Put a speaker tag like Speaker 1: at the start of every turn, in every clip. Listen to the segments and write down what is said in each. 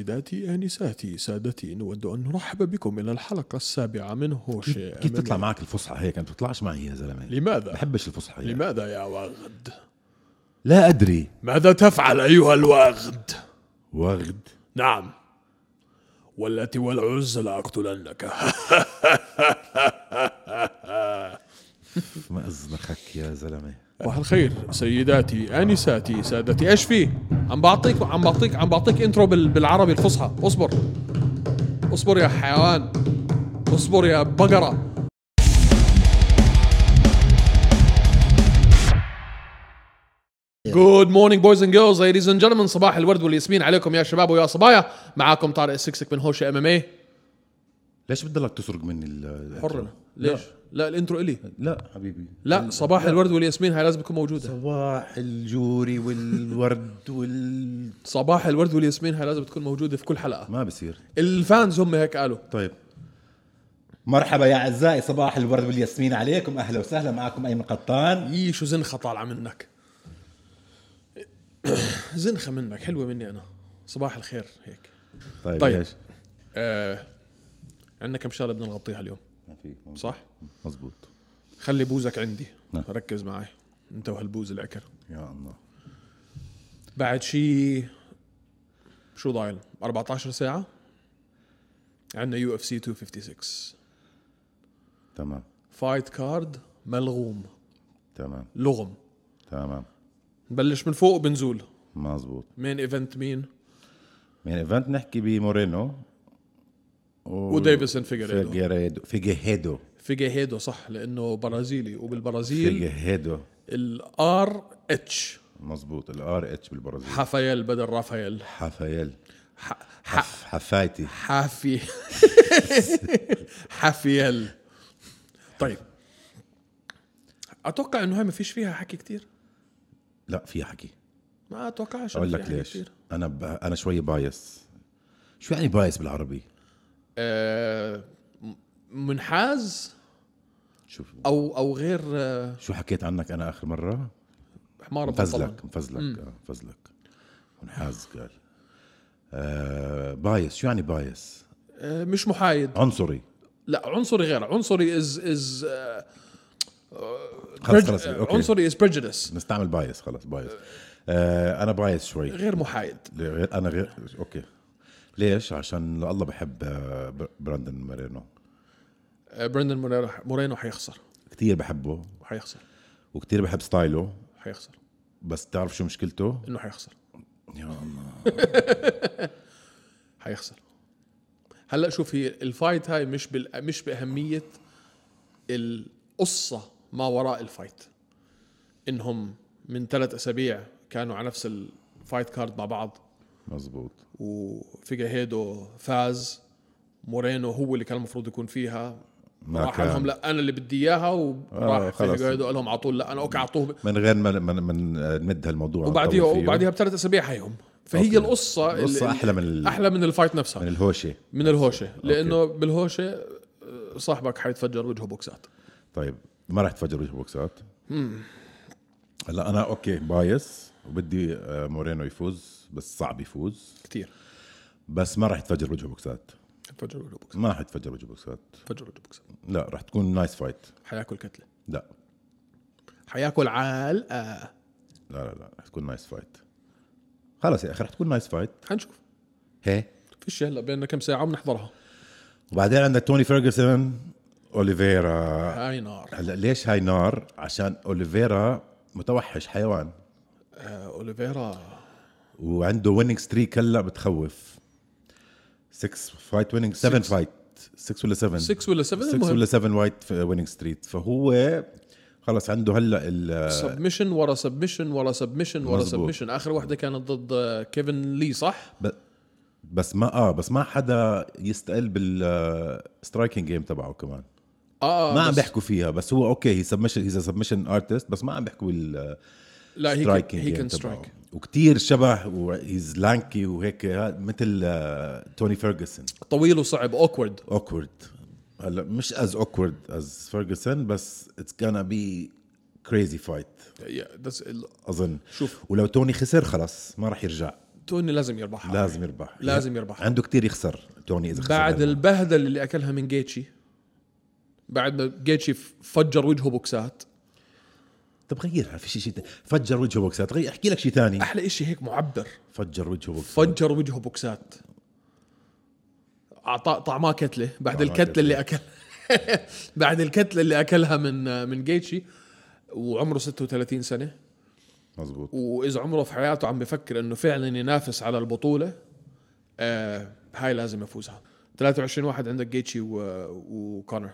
Speaker 1: سيداتي آنساتي سادتي نود أن نرحب بكم إلى الحلقة السابعة من هوش
Speaker 2: كيف تطلع معك الفصحى هيك انت بتطلعش معي يا زلمه
Speaker 1: لماذا؟
Speaker 2: بحبش الفصحى يعني.
Speaker 1: لماذا يا واغد؟
Speaker 2: لا ادري
Speaker 1: ماذا تفعل أيها الواغد؟
Speaker 2: وغد
Speaker 1: نعم واللاتي والعز لأقتلنك
Speaker 2: ما ازنخك يا زلمه
Speaker 1: صباح الخير سيداتي انساتي سادتي ايش في عم بعطيك عم بعطيك عم بعطيك انترو بال- بالعربي الفصحى اصبر اصبر يا حيوان اصبر يا بقره جود مورنينج بويز اند جيرلز ليديز اند جنتلمان صباح الورد والياسمين عليكم يا شباب ويا صبايا معاكم طارق السكسك من هوش إيه. ام ام اي
Speaker 2: ليش بتضلك تسرق مني ال
Speaker 1: حر ليش؟ لا الانترو الي
Speaker 2: لا حبيبي
Speaker 1: لا صباح الورد والياسمين هاي لازم تكون موجوده
Speaker 2: صباح الجوري والورد وال
Speaker 1: صباح الورد والياسمين هاي لازم تكون موجوده في كل حلقه
Speaker 2: ما بصير
Speaker 1: الفانز هم هيك قالوا
Speaker 2: طيب
Speaker 3: مرحبا يا اعزائي صباح الورد والياسمين عليكم اهلا وسهلا معكم ايمن قطان
Speaker 1: يي شو زنخه طالعه منك زنخه منك حلوه مني انا صباح الخير هيك
Speaker 2: طيب,
Speaker 1: طيب.
Speaker 2: ليش؟
Speaker 1: آه عندنا كم شغله بدنا نغطيها اليوم
Speaker 2: ما في
Speaker 1: صح
Speaker 2: مزبوط
Speaker 1: خلي بوزك عندي
Speaker 2: نعم.
Speaker 1: ركز معي انت وهالبوز العكر
Speaker 2: يا الله
Speaker 1: بعد شي شو ضايل 14 ساعه عندنا يو اف سي 256
Speaker 2: تمام
Speaker 1: فايت كارد ملغوم
Speaker 2: تمام
Speaker 1: لغم
Speaker 2: تمام
Speaker 1: نبلش من فوق وبنزول
Speaker 2: مزبوط
Speaker 1: مين ايفنت مين
Speaker 2: من ايفنت نحكي بمورينو و...
Speaker 1: وديفيسون فيجريدو
Speaker 2: فيجيريدو فيجيهيدو
Speaker 1: فيجيهيدو صح لانه برازيلي وبالبرازيل
Speaker 2: فيجيهيدو
Speaker 1: الار اتش
Speaker 2: مزبوط الار اتش بالبرازيل
Speaker 1: حفايل بدل رافائيل
Speaker 2: حفايل
Speaker 1: ح- ح-
Speaker 2: حف... حفايتي
Speaker 1: حافي حافيل طيب اتوقع انه هاي ما فيش فيها حكي كتير
Speaker 2: لا في حكي
Speaker 1: ما اتوقعش إنه
Speaker 2: اقول
Speaker 1: فيها
Speaker 2: لك
Speaker 1: حكي
Speaker 2: ليش
Speaker 1: كتير.
Speaker 2: انا ب... انا شوي بايس شو يعني بايس بالعربي
Speaker 1: آه، م- منحاز
Speaker 2: شوف
Speaker 1: او او غير آه،
Speaker 2: شو حكيت عنك انا اخر مره
Speaker 1: حمار بطلان.
Speaker 2: مفزلك مفزلك آه، مفزلك منحاز قال آه بايس شو يعني بايس
Speaker 1: آه، مش محايد
Speaker 2: عنصري
Speaker 1: لا عنصري غير عنصري از از
Speaker 2: خلص خلص اوكي
Speaker 1: آه، عنصري از بريجيدس
Speaker 2: نستعمل بايس خلص بايس آه انا بايس شوي
Speaker 1: غير محايد
Speaker 2: غير- انا غير اوكي ليش عشان الله بحب آه، بر- براندن مارينو
Speaker 1: آه، برندن مورينو مورينو حيخسر
Speaker 2: كثير بحبه
Speaker 1: حيخسر
Speaker 2: وكثير بحب ستايله
Speaker 1: حيخسر
Speaker 2: بس تعرف شو مشكلته
Speaker 1: انه حيخسر
Speaker 2: يا الله
Speaker 1: حيخسر هلا شوفي الفايت هاي مش بال... مش باهميه القصه ما وراء الفايت انهم من ثلاث اسابيع كانوا على نفس الفايت كارد مع بعض
Speaker 2: مزبوط
Speaker 1: وفيجاهيدو فاز مورينو هو اللي كان المفروض يكون فيها
Speaker 2: ما
Speaker 1: راح قال
Speaker 2: كان.
Speaker 1: لهم لا انا اللي بدي اياها
Speaker 2: آه،
Speaker 1: وراح
Speaker 2: خلص.
Speaker 1: فيجاهيدو قال لهم على طول لا انا اوكي اعطوه
Speaker 2: من غير ما من, من آه، نمد هالموضوع
Speaker 1: وبعديها
Speaker 2: ونطول فيه.
Speaker 1: وبعديها بثلاث اسابيع حيهم فهي
Speaker 2: أوكي.
Speaker 1: القصه
Speaker 2: القصة
Speaker 1: ال-
Speaker 2: أحلى من ال-
Speaker 1: احلى من الفايت نفسها
Speaker 2: من
Speaker 1: من,
Speaker 2: الهوشه
Speaker 1: من الهوشه لانه بالهوشه آه، صاحبك حيتفجر وجهه بوكسات
Speaker 2: طيب ما راح تفجر وجه بوكسات هلا انا اوكي بايس وبدي آه، مورينو يفوز بس صعب يفوز
Speaker 1: كثير
Speaker 2: بس ما راح يتفجر وجهه بوكسات
Speaker 1: تفجر وجهه بوكسات
Speaker 2: ما راح يتفجر وجهه بوكسات
Speaker 1: تفجر وجهه بوكسات
Speaker 2: لا راح تكون نايس فايت
Speaker 1: حياكل كتله
Speaker 2: لا
Speaker 1: حياكل آه، علقه
Speaker 2: لا لا لا راح تكون نايس فايت خلص يا اخي راح تكون نايس فايت
Speaker 1: حنشوف
Speaker 2: هي
Speaker 1: فيش هلا بيننا كم ساعه وبنحضرها
Speaker 2: وبعدين عندك توني فيرجسون اوليفيرا
Speaker 1: هاي نار
Speaker 2: هلا ليش هاي نار عشان اوليفيرا متوحش حيوان
Speaker 1: آه، اوليفيرا
Speaker 2: وعنده ويننج ستريك هلا بتخوف 6 فايت ويننج 7 فايت 6 ولا 7
Speaker 1: 6 ولا 7
Speaker 2: 6
Speaker 1: المهم
Speaker 2: ولا 7 وايت ويننج ستريت فهو خلص عنده هلا ال-
Speaker 1: سبمشن ورا سبمشن ورا سبمشن ورا
Speaker 2: مزبوط.
Speaker 1: سبمشن اخر واحده كانت ضد آه، كيفن لي صح؟
Speaker 2: ب- بس ما اه بس ما حدا يستقل بالسترايكنج جيم تبعه كمان
Speaker 1: اه
Speaker 2: ما عم
Speaker 1: بس-
Speaker 2: بيحكوا فيها بس هو اوكي هي سبمشن هي سبمشن ارتست بس ما عم بيحكوا بال
Speaker 1: لا هي
Speaker 2: striking
Speaker 1: كان هي
Speaker 2: game
Speaker 1: كان
Speaker 2: تبعه.
Speaker 1: سترايك
Speaker 2: وكتير شبه وهيز لانكي وهيك ها- مثل آه، توني فيرجسون
Speaker 1: طويل وصعب اوكورد
Speaker 2: اوكورد هلا مش از اوكورد از فيرجسون بس اتس gonna بي كريزي فايت اظن
Speaker 1: شوف
Speaker 2: ولو توني خسر خلص ما راح يرجع
Speaker 1: توني لازم يربحها
Speaker 2: لازم يربح
Speaker 1: آه، لازم يربح.
Speaker 2: عنده كتير يخسر توني اذا خسر
Speaker 1: بعد
Speaker 2: هلا.
Speaker 1: البهدل اللي اكلها من جيتشي بعد ما جيتشي فجر وجهه بوكسات
Speaker 2: طب غيرها في شيء شيء تاني. فجر وجهه بوكسات غير احكي لك شيء ثاني
Speaker 1: احلى إشي هيك معبر
Speaker 2: فجر وجهه بوكسات
Speaker 1: فجر وجهه بوكسات اعطاه طعماه كتله بعد
Speaker 2: طعماه
Speaker 1: الكتله
Speaker 2: كتلة.
Speaker 1: اللي اكل بعد الكتله اللي اكلها من من جيتشي وعمره 36 سنه
Speaker 2: مزبوط
Speaker 1: واذا عمره في حياته عم بفكر انه فعلا ينافس على البطوله آه هاي لازم يفوزها 23 واحد عندك جيتشي و... وكونر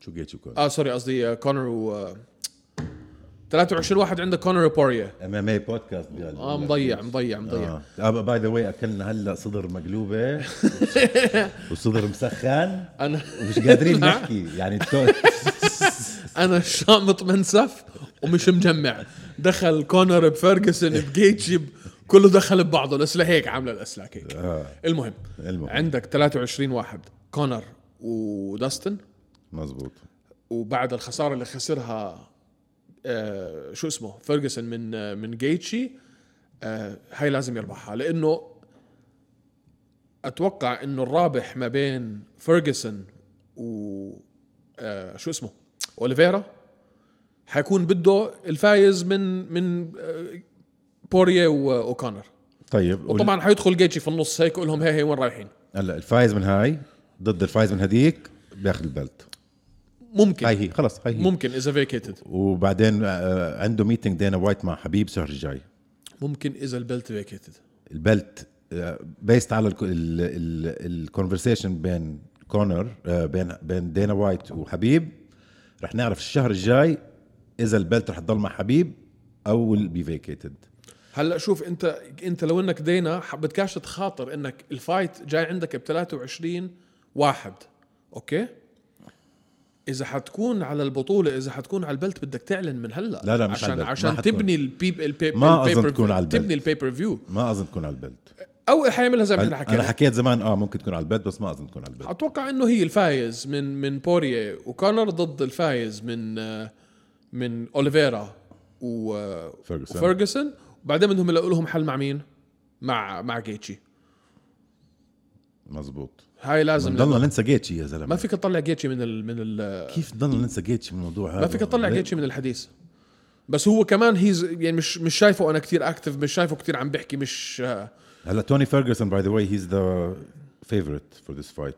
Speaker 2: شو جيتشو كان
Speaker 1: اه سوري قصدي آه، كونر و آه، 23 واحد عندك كونر وبوريا
Speaker 2: ام اي بودكاست قال
Speaker 1: اه مضيع مضيع مضيع آه.
Speaker 2: اه باي ذا واي اكلنا هلا صدر مقلوبه وصدر مسخن
Speaker 1: انا
Speaker 2: ومش قادرين نحكي يعني التو-
Speaker 1: انا شامط منسف ومش مجمع دخل كونر بفيرجسون بجيتشي ب- كله دخل ببعضه بس هيك عامله الاسلاك هيك المهم
Speaker 2: المهم.
Speaker 1: عندك 23 واحد كونر وداستن
Speaker 2: مزبوط
Speaker 1: وبعد الخساره اللي خسرها آه شو اسمه فيرجسون من آه من جيتشي آه هاي لازم يربحها لانه اتوقع انه الرابح ما بين فيرجسون و آه شو اسمه اوليفيرا حيكون بده الفايز من من آه بوريه و- وكونر
Speaker 2: طيب وال-
Speaker 1: وطبعا حيدخل جيتشي في النص هيك يقول لهم هي هي وين رايحين
Speaker 2: هلا الفايز من هاي ضد الفايز من هذيك بياخذ البلت هاي
Speaker 1: ممكن
Speaker 2: هي خلص هاي هي
Speaker 1: ممكن اذا فيكيتد
Speaker 2: وبعدين آه، عنده ميتنج دينا وايت مع حبيب الشهر الجاي
Speaker 1: ممكن اذا البلت فيكيتد
Speaker 2: البلت بيست على الكونفرسيشن بين كونر آه، بين بين دينا وايت وحبيب رح نعرف الشهر الجاي اذا البلت رح تضل مع حبيب او will be vacated
Speaker 1: هلا شوف انت انت لو انك دينا ح- بدكاش تخاطر انك الفايت جاي عندك ب 23 واحد اوكي اذا حتكون على البطوله اذا حتكون على البلت بدك تعلن من هلا
Speaker 2: لا، لا، مش
Speaker 1: عشان
Speaker 2: على البلت. ما
Speaker 1: عشان
Speaker 2: حتكون.
Speaker 1: تبني البيب البي
Speaker 2: ما
Speaker 1: البيبر
Speaker 2: أظن
Speaker 1: فيو-
Speaker 2: تكون على البلت.
Speaker 1: تبني البيبر فيو
Speaker 2: ما اظن تكون على البلت
Speaker 1: او حيعملها زي ما احنا
Speaker 2: انا
Speaker 1: حكينا
Speaker 2: حكيت زمان اه ممكن تكون على البلت بس ما اظن تكون على البلت
Speaker 1: اتوقع انه هي الفايز من من بوريه وكونر ضد الفايز من آه، من اوليفيرا و آه،
Speaker 2: فيرجسون.
Speaker 1: وفيرجسون وبعدين بدهم يلاقوا لهم حل مع مين؟ مع مع جيتشي
Speaker 2: مزبوط
Speaker 1: هاي لازم
Speaker 2: ضلنا ننسى جيتشي يا زلمه
Speaker 1: ما فيك تطلع جيتشي من ال من ال
Speaker 2: كيف ضلنا ننسى جيتشي من الموضوع هذا
Speaker 1: ما فيك تطلع جيتشي من الحديث بس هو كمان هيز يعني مش مش شايفه انا كثير اكتف مش شايفه كثير عم بحكي مش آه،
Speaker 2: هلا توني فيرجسون باي ذا واي هيز ذا فيفورت فور ذيس فايت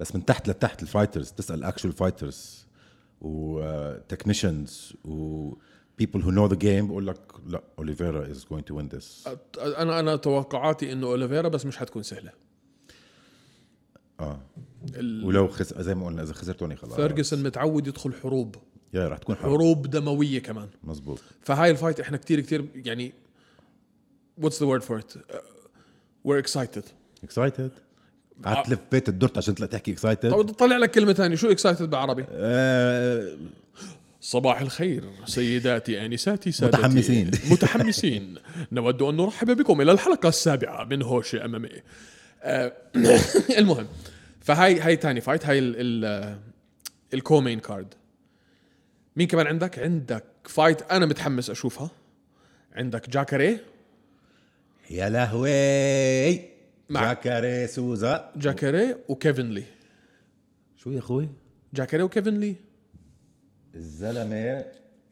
Speaker 2: بس من تحت لتحت الفايترز تسال اكشوال فايترز وتكنيشنز uh, و people who know the game بقول لك لا اوليفيرا is going to win this
Speaker 1: أت- انا انا توقعاتي انه اوليفيرا بس مش حتكون سهله
Speaker 2: اه ولو خس... زي ما قلنا اذا خسر توني خلاص
Speaker 1: فيرجسون متعود يدخل حروب
Speaker 2: يا رح تكون حرب
Speaker 1: حروب دمويه كمان
Speaker 2: مزبوط
Speaker 1: فهاي الفايت احنا كثير كثير يعني واتس ذا word آه، فور ات وير اكسايتد
Speaker 2: excited قعدت لفيت الدرت عشان تطلع تحكي excited
Speaker 1: طلع لك كلمه ثانيه شو اكسايتد بالعربي
Speaker 2: آه،
Speaker 1: صباح الخير سيداتي آنساتي سادتي
Speaker 2: متحمسين.
Speaker 1: متحمسين نود أن نرحب بكم إلى الحلقة السابعة من هوش أمامي آه، المهم فهاي هاي تاني فايت هاي ال- آه، ال الكومين كارد مين كمان عندك عندك فايت أنا متحمس أشوفها عندك جاكاري
Speaker 2: يا لهوي
Speaker 1: مع-
Speaker 2: جاكاري سوزا
Speaker 1: جاكاري وكيفن لي
Speaker 2: شو يا اخوي
Speaker 1: جاكاري وكيفن لي
Speaker 3: الزلمه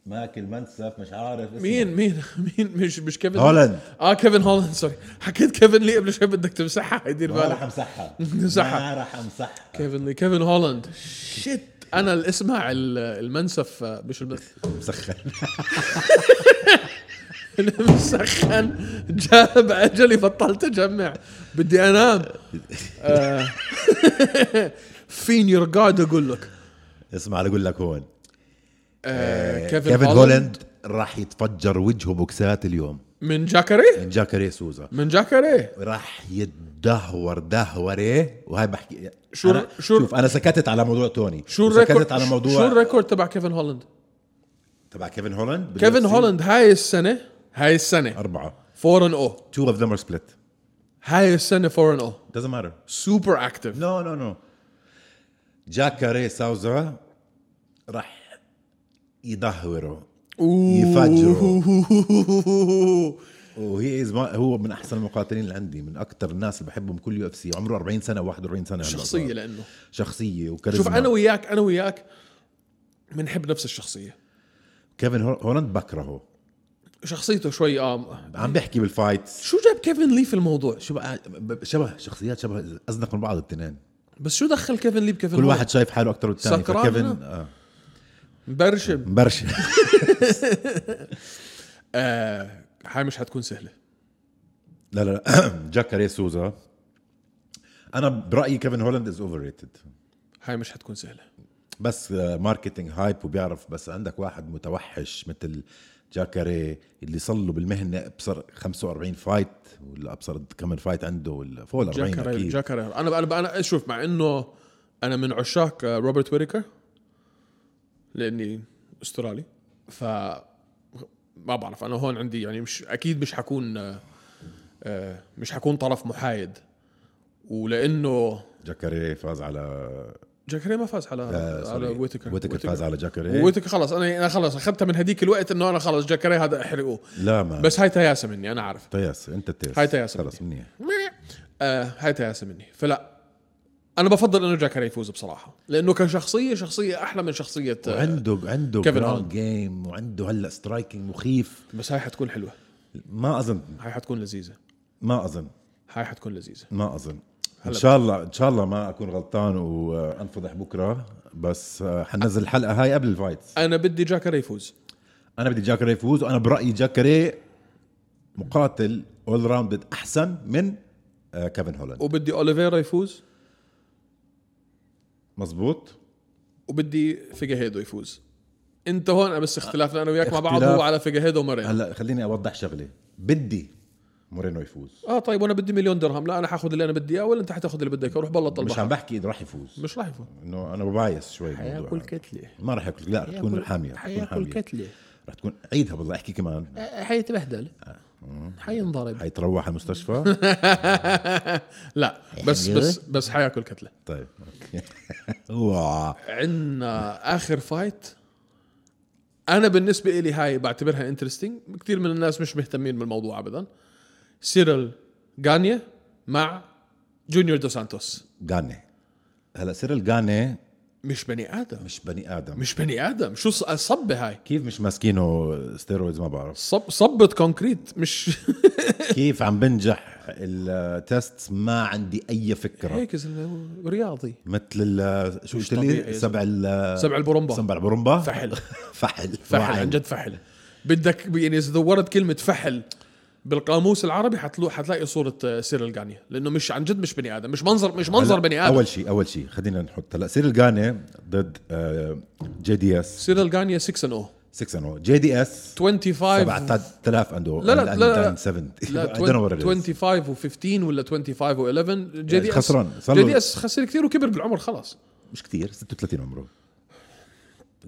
Speaker 3: ماكل منسف مش عارف اسمه
Speaker 1: مين مين مين مش مش كيفن
Speaker 2: هولاند.
Speaker 1: اه كيفن هولاند سوري حكيت كيفن لي قبل شوي بدك تمسحها يدير
Speaker 3: ما
Speaker 1: بالك
Speaker 3: راح امسحها
Speaker 1: امسحها.
Speaker 3: ما راح امسحها
Speaker 1: كيفن لي كيفن هولاند شيت انا اللي اسمع ال- المنسف آه، مش المنسف
Speaker 2: مسخن
Speaker 1: المسخن جاب اجلي بطلت اجمع بدي انام آه. فين يور جاد اقول لك
Speaker 2: اسمع أنا اقول لك هون
Speaker 1: آه،
Speaker 2: كيفن هولند راح يتفجر وجهه بوكسات اليوم
Speaker 1: من جاكاري
Speaker 2: من جاكاري سوزا
Speaker 1: من جاكاري
Speaker 2: راح يتدهور دهوره وهي بحكي
Speaker 1: شو-
Speaker 2: أنا
Speaker 1: شو-
Speaker 2: شوف انا سكتت على موضوع توني
Speaker 1: شو
Speaker 2: سكتت
Speaker 1: الريكورد
Speaker 2: على موضوع
Speaker 1: شو الريكورد تبع كيفن هولاند
Speaker 2: تبع كيفن هولند
Speaker 1: كيفن هولاند هاي السنه هاي السنه
Speaker 2: اربعه
Speaker 1: 4 ان او
Speaker 2: two of them are split
Speaker 1: oh. هاي السنه 4 ان او
Speaker 2: doesn't matter
Speaker 1: سوبر اكتف
Speaker 2: no no no جاكاري سوزا راح يدهوره يفجره وهي إز ما هو من احسن المقاتلين اللي عندي من اكثر الناس اللي بحبهم كل يو اف سي عمره 40 سنه 41 سنه هلا
Speaker 1: شخصيه
Speaker 2: صار.
Speaker 1: لانه
Speaker 2: شخصيه وكاريزما
Speaker 1: شوف انا وياك انا وياك بنحب نفس الشخصيه
Speaker 2: كيفن هول- هولاند بكرهه
Speaker 1: شخصيته شوي اه
Speaker 2: عم بحكي بالفايت
Speaker 1: شو جاب كيفن لي في الموضوع
Speaker 2: شو بقى ب- شبه شخصيات شبه ازنق من بعض الاثنين
Speaker 1: بس شو دخل كيفن لي بكيفن
Speaker 2: كل
Speaker 1: هول؟
Speaker 2: واحد شايف حاله اكثر من الثاني
Speaker 1: سكران
Speaker 2: فكيفن
Speaker 1: أنا.
Speaker 2: آه
Speaker 1: مبرشم
Speaker 2: مبرشة
Speaker 1: آه هاي مش حتكون سهله
Speaker 2: لا لا لا جاكاري سوزا انا برايي كيفن هولاند از اوفر ريتد
Speaker 1: هاي مش حتكون سهله
Speaker 2: بس ماركتينج هايب وبيعرف بس عندك واحد متوحش مثل جاكاري اللي صار له بالمهنه ابصر 45 فايت ولا ابصر كم فايت عنده ولا فوق ال 40
Speaker 1: جاكر
Speaker 2: اكيد
Speaker 1: جاكر انا انا انا شوف مع انه انا من عشاق آه، روبرت ويريكر لاني استرالي ف ما بعرف انا هون عندي يعني مش اكيد مش حكون آه، آه، مش حكون طرف محايد ولانه
Speaker 2: جاكاري فاز على
Speaker 1: جاكري ما فاز على على ويتكر
Speaker 2: ويتكر فاز على جاكاري
Speaker 1: ويتكر خلص انا انا خلص اخذتها من هديك الوقت انه انا خلص جاكري هذا احرقوه
Speaker 2: لا ما بس
Speaker 1: بس هاي تياسه مني انا عارف
Speaker 2: تياس انت تياس
Speaker 1: هاي تياس
Speaker 2: خلص منيح
Speaker 1: آه هاي تياسه مني فلا انا بفضل انه جاكاري يفوز بصراحه لانه كشخصيه شخصيه احلى من شخصيه آه،
Speaker 2: وعنده عنده
Speaker 1: كيفن
Speaker 2: جراوند
Speaker 1: هولاند.
Speaker 2: جيم وعنده هلا سترايكنج مخيف
Speaker 1: بس هاي حتكون حلوه
Speaker 2: ما اظن
Speaker 1: هاي حتكون لذيذه
Speaker 2: ما اظن
Speaker 1: هاي حتكون لذيذه
Speaker 2: ما اظن ان
Speaker 1: هلا.
Speaker 2: شاء الله ان شاء الله ما اكون غلطان وانفضح بكره بس آه، حنزل الحلقه هاي قبل الفايت
Speaker 1: انا بدي جاكاري يفوز
Speaker 2: انا بدي جاكري يفوز وانا برايي جاكري مقاتل اول راوندد احسن من آه، كيفن هولاند
Speaker 1: وبدي اوليفيرا يفوز
Speaker 2: مزبوط
Speaker 1: وبدي فيجاهيدو يفوز انت هون بس اختلافنا انا وياك مع بعض
Speaker 2: اختلاف.
Speaker 1: هو على فيجاهيدو وماريا
Speaker 2: هلا خليني اوضح شغله بدي مورينو يفوز
Speaker 1: اه طيب وانا بدي مليون درهم لا انا حاخذ اللي انا بدي اياه ولا انت حتاخذ اللي بدك روح بلط
Speaker 2: مش
Speaker 1: البحر
Speaker 2: عم بحكي اذا راح يفوز
Speaker 1: مش راح يفوز
Speaker 2: انه انا بايس شوي بالموضوع هذا.
Speaker 1: كتله
Speaker 2: ما راح ياكل لا رح تكون حاميه رح تكون حاميه
Speaker 1: كتله
Speaker 2: رح تكون عيدها بالله احكي كمان
Speaker 1: حيتبهدل
Speaker 2: آه.
Speaker 1: حينضرب
Speaker 2: حيتروح على المستشفى
Speaker 1: لا بس
Speaker 2: حلوة.
Speaker 1: بس بس حياكل كتله
Speaker 2: طيب اوكي واو.
Speaker 1: عندنا اخر فايت انا بالنسبه لي هاي بعتبرها انترستنج كثير من الناس مش مهتمين بالموضوع ابدا سيرل غانيا مع جونيور دو سانتوس
Speaker 2: غاني هلا سيرل غاني
Speaker 1: مش بني ادم
Speaker 2: مش بني ادم
Speaker 1: مش بني ادم شو ص- صبه هاي
Speaker 2: كيف مش ماسكينه ستيرويدز ما بعرف
Speaker 1: صب صبت كونكريت مش
Speaker 2: كيف عم بنجح التست ما عندي اي فكره
Speaker 1: هيك زلمة، إيه، رياضي
Speaker 2: مثل ال شو
Speaker 1: مش
Speaker 2: قلت لي
Speaker 1: طبيعي.
Speaker 2: سبع ال
Speaker 1: سبع البرمبا.
Speaker 2: آه، سبع البرمبا
Speaker 1: فحل.
Speaker 2: فحل
Speaker 1: فحل
Speaker 2: واعي.
Speaker 1: عن جد فحل بدك يعني اذا دورت كلمه فحل بالقاموس العربي حتلو حتلاقي صوره آه، سيرل غانيا لانه مش عن جد مش بني ادم مش منظر مش منظر
Speaker 2: هلا،
Speaker 1: بني ادم
Speaker 2: اول شيء اول شيء خلينا نحط هلا سيرل غاني ضد آه، جي دي اس
Speaker 1: سيرل غانيا 6 ان
Speaker 2: 6 ان جي دي اس
Speaker 1: 25
Speaker 2: 7000 عنده
Speaker 1: لا، لا، لا، لا.
Speaker 2: 70
Speaker 1: لا
Speaker 2: I don't know what it is. يعني
Speaker 1: 25 و15 ولا 25 و11 جي دي اس
Speaker 2: خسران. صار
Speaker 1: جي
Speaker 2: له-
Speaker 1: دي اس خسر كثير وكبر بالعمر خلاص
Speaker 2: مش كثير 36 عمره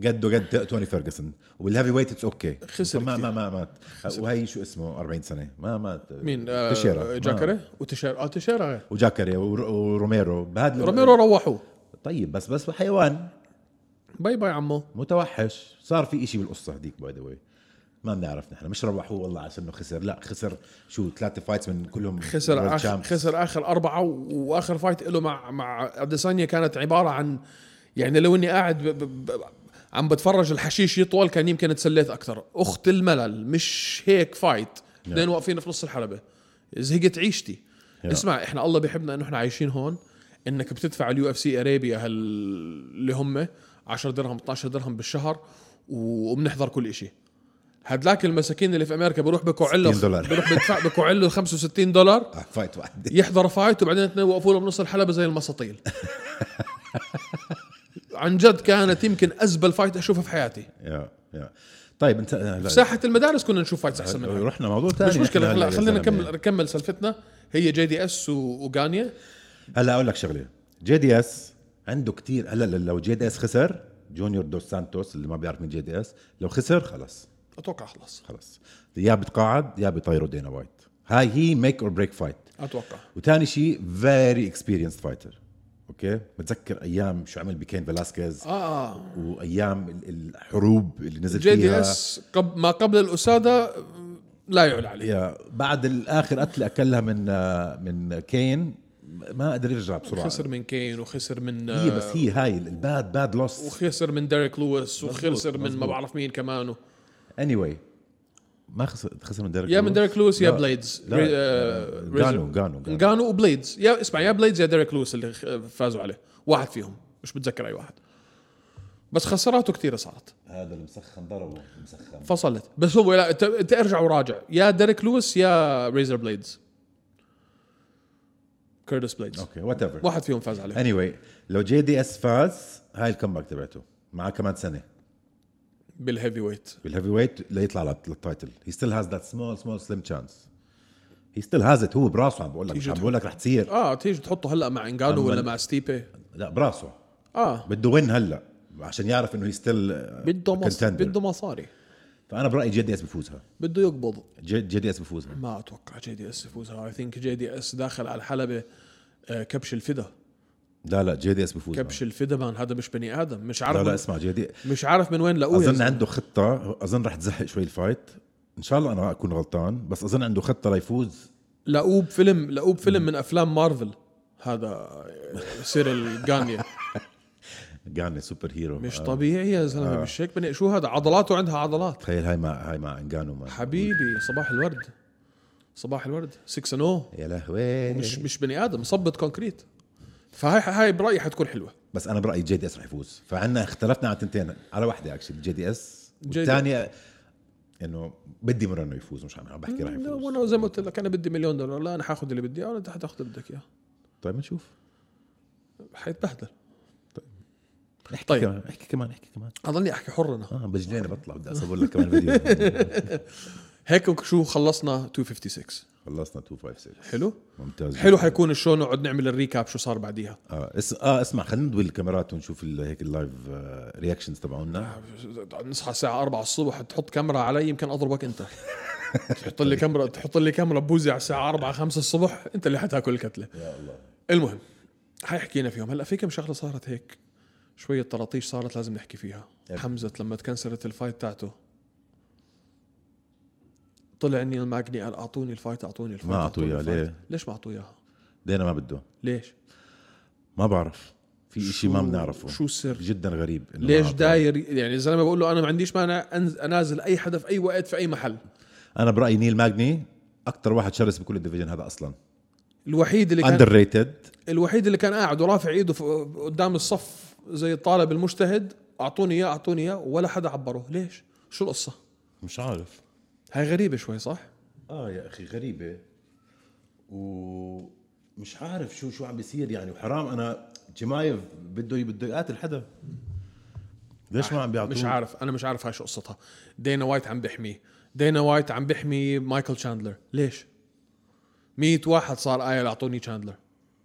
Speaker 2: قده قد توني فيرجسون والهيفي ويت اتس اوكي
Speaker 1: خسر
Speaker 2: ما
Speaker 1: كتير.
Speaker 2: ما ما مات وهي شو اسمه 40 سنه ما مات
Speaker 1: مين آه،
Speaker 2: تشيرا
Speaker 1: جاكري وتشيرا اه تشيرا غير
Speaker 2: وجاكري ور- وروميرو بهاد
Speaker 1: روميرو روحوه
Speaker 2: طيب بس بس حيوان
Speaker 1: باي باي عمو
Speaker 2: متوحش صار في إشي بالقصه هذيك باي ذا واي ما بنعرف نحن مش ربحوه والله عشان انه خسر لا خسر شو ثلاثه فايتس من كلهم world
Speaker 1: خسر آخر
Speaker 2: champs.
Speaker 1: خسر اخر اربعه و- واخر فايت له مع مع اديسانيا كانت عباره عن يعني لو اني قاعد ب ب ب عم بتفرج الحشيش يطول كان يمكن تسليت اكثر اخت الملل مش هيك فايت اثنين واقفين في نص الحلبه زهقت عيشتي اسمع احنا الله بيحبنا انه احنا عايشين هون انك بتدفع اليو اف سي ارابيا هال اللي هم 10 درهم 12 درهم بالشهر و- وبنحضر كل شيء هدلاك المساكين اللي في امريكا بروح بكوع له
Speaker 2: 60 دولار.
Speaker 1: بروح بدفع بكوع له 65 دولار
Speaker 2: آه، فايت واحده
Speaker 1: يحضر فايت وبعدين اثنين يوقفوا له بنص الحلبه زي المساطيل عن جد كانت يمكن ازبل فايت اشوفها في حياتي
Speaker 2: يا يا طيب انت
Speaker 1: في
Speaker 2: لا،
Speaker 1: ساحه المدارس كنا نشوف فايتس احسن منها
Speaker 2: رحنا موضوع ثاني
Speaker 1: مش مشكله
Speaker 2: طيب.
Speaker 1: هلا خلينا نكمل نكمل سلفتنا هي جي دي اس وغانيا
Speaker 2: هلا اقول لك شغله جي دي اس عنده كتير هلا لو جي دي اس خسر جونيور دوس سانتوس اللي ما بيعرف من جي دي اس لو خسر خلص
Speaker 1: اتوقع خلص
Speaker 2: خلص يا بتقاعد يا بيطيروا دينا وايت هاي هي ميك اور بريك فايت
Speaker 1: اتوقع
Speaker 2: وثاني شيء فيري اكسبيرينسد فايتر اوكي بتذكر ايام شو عمل بكين فيلاسكيز
Speaker 1: اه اه
Speaker 2: وايام ال- الحروب اللي نزل
Speaker 1: جي
Speaker 2: فيها
Speaker 1: دي اس قب ما قبل الاوسادا لا يعلى عليه
Speaker 2: يا بعد الاخر قتل اكلها من آه، من كين ما قدر يرجع بسرعه
Speaker 1: خسر من كين وخسر من آه،
Speaker 2: هي بس هي هاي الباد باد لوس
Speaker 1: وخسر من ديريك لويس وخسر من ما
Speaker 2: مزبوط.
Speaker 1: بعرف مين كمان
Speaker 2: اني anyway. ما خسر خسر من ديريك
Speaker 1: يا من ديريك لويس يا
Speaker 2: لا،
Speaker 1: بليدز
Speaker 2: لا،
Speaker 1: ري-
Speaker 2: آه،
Speaker 1: آه،
Speaker 2: غانو
Speaker 1: ريزر-
Speaker 2: غانو غانو.
Speaker 1: غانو وبليدز يا اسمع يا بليدز يا ديريك لويس اللي خ- فازوا عليه واحد فيهم مش متذكر اي واحد بس خساراته كثيره صارت
Speaker 3: هذا المسخن ضربه المسخن
Speaker 1: فصلت بس هو لا انت انت ارجع وراجع يا ديريك لويس يا ريزر بليدز كيرتس بليدز
Speaker 2: اوكي وات ايفر
Speaker 1: واحد فيهم فاز عليه
Speaker 2: anyway. لو جي دي اس فاز هاي الكمباك تبعته معاه كمان سنه
Speaker 1: بالهيفي ويت
Speaker 2: بالهيفي ويت ليطلع للت- للتايتل هي ستيل هاز ذات سمول سمول سليم تشانس هي ستيل هاز ات هو براسه عم بقول لك
Speaker 1: تيجي
Speaker 2: عم بقول لك رح تصير
Speaker 1: اه تيجي تحطه هلا مع انجانو ولا مع ستيبي
Speaker 2: لا براسه
Speaker 1: اه
Speaker 2: بده وين هلا عشان يعرف انه هي ستيل
Speaker 1: بده مص... بده مصاري
Speaker 2: فانا برايي جي دي اس بفوزها
Speaker 1: بده يقبض
Speaker 2: جي جي دي اس بفوزها
Speaker 1: ما اتوقع جي دي اس يفوزها اي ثينك جي دي اس داخل على الحلبه آه كبش الفدا
Speaker 2: لا لا جي دي اس بفوزها
Speaker 1: كبش الفدا مان هذا مش بني ادم مش
Speaker 2: لا
Speaker 1: عارف
Speaker 2: لا
Speaker 1: من...
Speaker 2: اسمع جي دي
Speaker 1: مش عارف من وين لقوه يا
Speaker 2: اظن
Speaker 1: زلمة.
Speaker 2: عنده خطه اظن رح تزحق شوي الفايت ان شاء الله انا اكون غلطان بس اظن عنده خطه ليفوز
Speaker 1: لقوه بفيلم لقوه بفيلم من افلام مارفل هذا آه، سيريل جانيا
Speaker 2: قاني سوبر هيرو
Speaker 1: مش طبيعي يا زلمه مش هيك بني شو هذا عضلاته عندها عضلات
Speaker 2: تخيل هاي مع هاي مع انجانو ما
Speaker 1: حبيبي صباح الورد صباح الورد oh. 6 0
Speaker 2: يا لهوي
Speaker 1: مش مش بني ادم صبت كونكريت فهاي هاي برايي حتكون حلوه
Speaker 2: بس انا برايي جي دي اس رح يفوز فعنا اختلفنا على تنتين على واحده اكشلي جي دي اس
Speaker 1: دي-
Speaker 2: والثانيه انه بدي مره انه يفوز مش عم عم بحكي رح
Speaker 1: لا،
Speaker 2: يفوز
Speaker 1: وانا زي ما قلت لك انا بدي مليون دولار لا انا حاخذ اللي بدي اياه ولا انت حتاخذ اللي بدك اياه
Speaker 2: طيب نشوف
Speaker 1: حيتبهدل
Speaker 2: احكي
Speaker 1: طيب.
Speaker 2: كمان احكي كمان احكي كمان
Speaker 1: اضلني احكي حر انا
Speaker 2: اه بجنينه بطلع بدي اصور لك كمان فيديو
Speaker 1: هيك شو خلصنا 256
Speaker 2: خلصنا 256
Speaker 1: حلو
Speaker 2: ممتاز
Speaker 1: حلو حيكون الشو نقعد نعمل الريكاب شو صار بعديها
Speaker 2: اه, اس... آه اسمع خلينا ندوي الكاميرات ونشوف ال... هيك اللايف آه رياكشنز تبعونا
Speaker 1: نصحى الساعه 4 الصبح تحط كاميرا علي يمكن اضربك انت تحط لي كاميرا تحط لي كاميرا بوزي على الساعه 4 5 الصبح انت اللي حتاكل الكتله
Speaker 2: يا الله
Speaker 1: المهم حيحكينا فيهم هلا في كم شغله صارت هيك شويه طراطيش صارت لازم نحكي فيها
Speaker 2: يب.
Speaker 1: حمزه لما تكنسلت الفايت تاعته طلع اني الماجني قال اعطوني الفايت اعطوني الفايت
Speaker 2: ما
Speaker 1: أعطوني
Speaker 2: أعطوه إياه،
Speaker 1: الفايت.
Speaker 2: ليه؟
Speaker 1: ليش ما اعطوه اياها؟
Speaker 2: دينا ما بده
Speaker 1: ليش؟
Speaker 2: ما بعرف في شيء ما
Speaker 1: شو-
Speaker 2: بنعرفه
Speaker 1: شو السر؟
Speaker 2: جدا غريب إنه ما
Speaker 1: ليش
Speaker 2: أعطوه.
Speaker 1: داير يعني الزلمه بقول له انا ما عنديش مانع أنز- انازل اي حدا في اي وقت في اي محل
Speaker 2: انا برايي نيل ماجني اكثر واحد شرس بكل الديفيجن هذا اصلا
Speaker 1: الوحيد اللي كان
Speaker 2: اندر ريتد
Speaker 1: الوحيد اللي كان قاعد ورافع ايده ف- قدام الصف زي الطالب المجتهد اعطوني اياه اعطوني اياه ولا حدا عبره ليش؟ شو القصه؟
Speaker 2: مش عارف
Speaker 1: هاي غريبه شوي صح؟
Speaker 2: اه يا
Speaker 3: اخي غريبه ومش عارف شو شو عم بيصير يعني وحرام انا جمايف بده بده يقاتل حدا
Speaker 2: ليش ما عم بيعطوه
Speaker 1: مش عارف انا مش عارف هاي شو قصتها دينا وايت عم بيحميه دينا وايت عم بيحمي مايكل شاندلر ليش 100 واحد صار قايل اعطوني شاندلر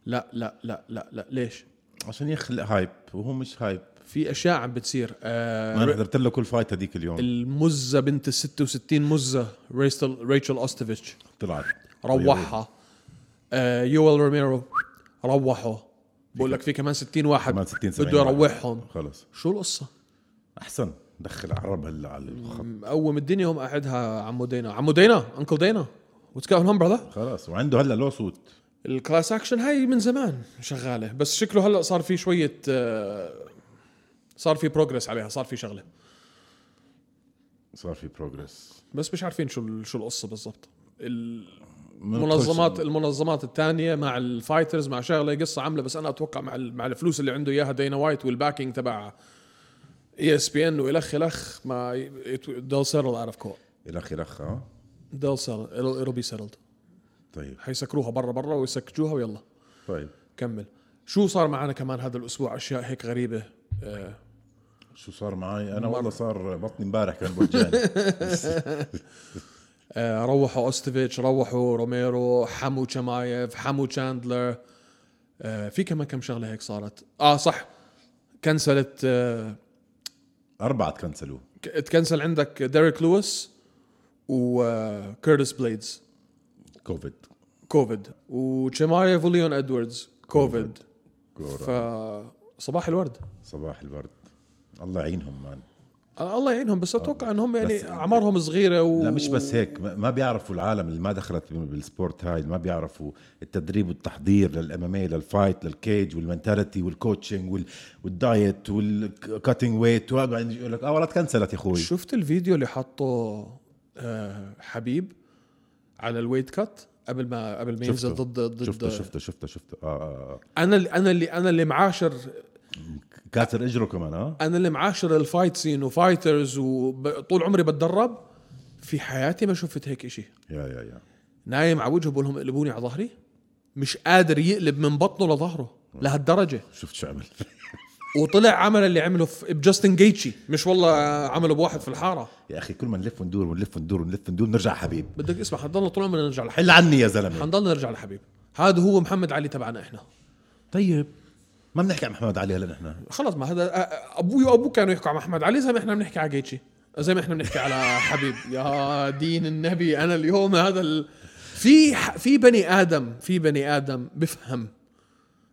Speaker 1: لا لا لا لا لا ليش
Speaker 2: عشان يخلق هايب وهو مش هايب
Speaker 1: في اشياء عم بتصير
Speaker 3: يعني
Speaker 2: ما انا
Speaker 1: آه
Speaker 2: حضرت له كل فايت هذيك اليوم
Speaker 1: المزه بنت ال 66 مزه ريشل ريتشل اوستوفيتش
Speaker 2: طلعت
Speaker 1: روحها آه يويل روميرو روحه بقول لك في كمان 60 واحد
Speaker 2: كمان 60
Speaker 1: بده يروحهم
Speaker 2: خلص
Speaker 1: شو القصه
Speaker 2: احسن دخل عرب هلا على الخط
Speaker 1: مقوم الدنيا هم قاعدها عمو دينا عمو دينا انكل دينا واتس جوين هون براذر
Speaker 2: خلاص وعنده هلا لو صوت
Speaker 1: الكلاس اكشن هاي من زمان شغاله بس شكله هلا صار في شويه آه، صار في بروجرس عليها صار في شغله
Speaker 2: صار في بروجرس
Speaker 1: بس مش عارفين شو ال- شو القصه بالضبط المنظمات المنظمات الثانيه مع الفايترز مع شغله قصه عامله بس انا اتوقع مع ال- مع الفلوس اللي عنده اياها دينا وايت والباكينج تبع E اي اس بي ان والخ الخ ما ديل سيرل عرف كو
Speaker 2: الى اخره آه.
Speaker 1: ديل سيرل it'll بي سيرلد
Speaker 2: طيب
Speaker 1: حيسكروها برا برا ويسكجوها ويلا
Speaker 2: طيب
Speaker 1: كمل شو صار معنا كمان هذا الاسبوع اشياء هيك غريبه آه
Speaker 2: شو صار معي انا والله صار بطني امبارح كان بوجعني
Speaker 1: آه، روحوا اوستوفيتش روحوا روميرو حمو شمايف حمو شاندلر آه، في كمان كم شغله هيك صارت اه صح كنسلت آه،
Speaker 2: اربعه تكنسلوا
Speaker 1: ك- تكنسل عندك ديريك لويس وكيرتس بليدز
Speaker 2: كوفيد
Speaker 1: كوفيد وشمايف وليون ادواردز كوفيد
Speaker 2: كورة.
Speaker 1: ف صباح الورد
Speaker 2: صباح الورد الله يعينهم مان
Speaker 1: آه، الله يعينهم بس اتوقع انهم يعني
Speaker 2: بس-
Speaker 1: اعمارهم صغيره و...
Speaker 2: لا مش بس هيك ما ما بيعرفوا العالم اللي ما دخلت بالسبورت هاي ما بيعرفوا التدريب والتحضير للامامية للفايت للكيج والمنتاليتي والكوتشنج وال- والدايت والكاتنج ويت وهذا يعني يقول لك اه والله تكنسلت يا اخوي
Speaker 1: شفت الفيديو اللي حطه آه، حبيب على الويت كات قبل ما قبل ما ينزل
Speaker 2: شفته.
Speaker 1: ضد ضد
Speaker 2: شفته شفته شفته شفته اه اه آه.
Speaker 1: انا اللي انا اللي انا اللي معاشر
Speaker 2: كاسر اجره كمان اه
Speaker 1: انا اللي معاشر الفايت سين وفايترز وطول عمري بتدرب في حياتي ما شفت هيك إشي
Speaker 2: يا يا يا
Speaker 1: نايم على وجهه بقول لهم اقلبوني على ظهري مش قادر يقلب من بطنه لظهره لهالدرجه
Speaker 2: شفت شو عمل
Speaker 1: وطلع عمل اللي عمله في بجاستن جيتشي مش والله عمله بواحد في الحاره
Speaker 2: يا اخي كل ما نلف وندور ونلف وندور ونلف وندور نرجع حبيب
Speaker 1: بدك اسمع حنضلنا طول عمرنا نرجع لحبيب
Speaker 2: حل عني يا زلمه
Speaker 1: حنضلنا نرجع لحبيب هذا هو محمد علي تبعنا احنا
Speaker 2: طيب ما بنحكي عن محمد علي هلا نحن
Speaker 1: خلص ما هذا أ- ابوي وابوه كانوا يحكوا عن محمد علي زي ما احنا بنحكي على جيتشي زي ما احنا بنحكي على حبيب يا دين النبي انا اليوم هذا ال... في ح... في بني ادم في بني ادم بفهم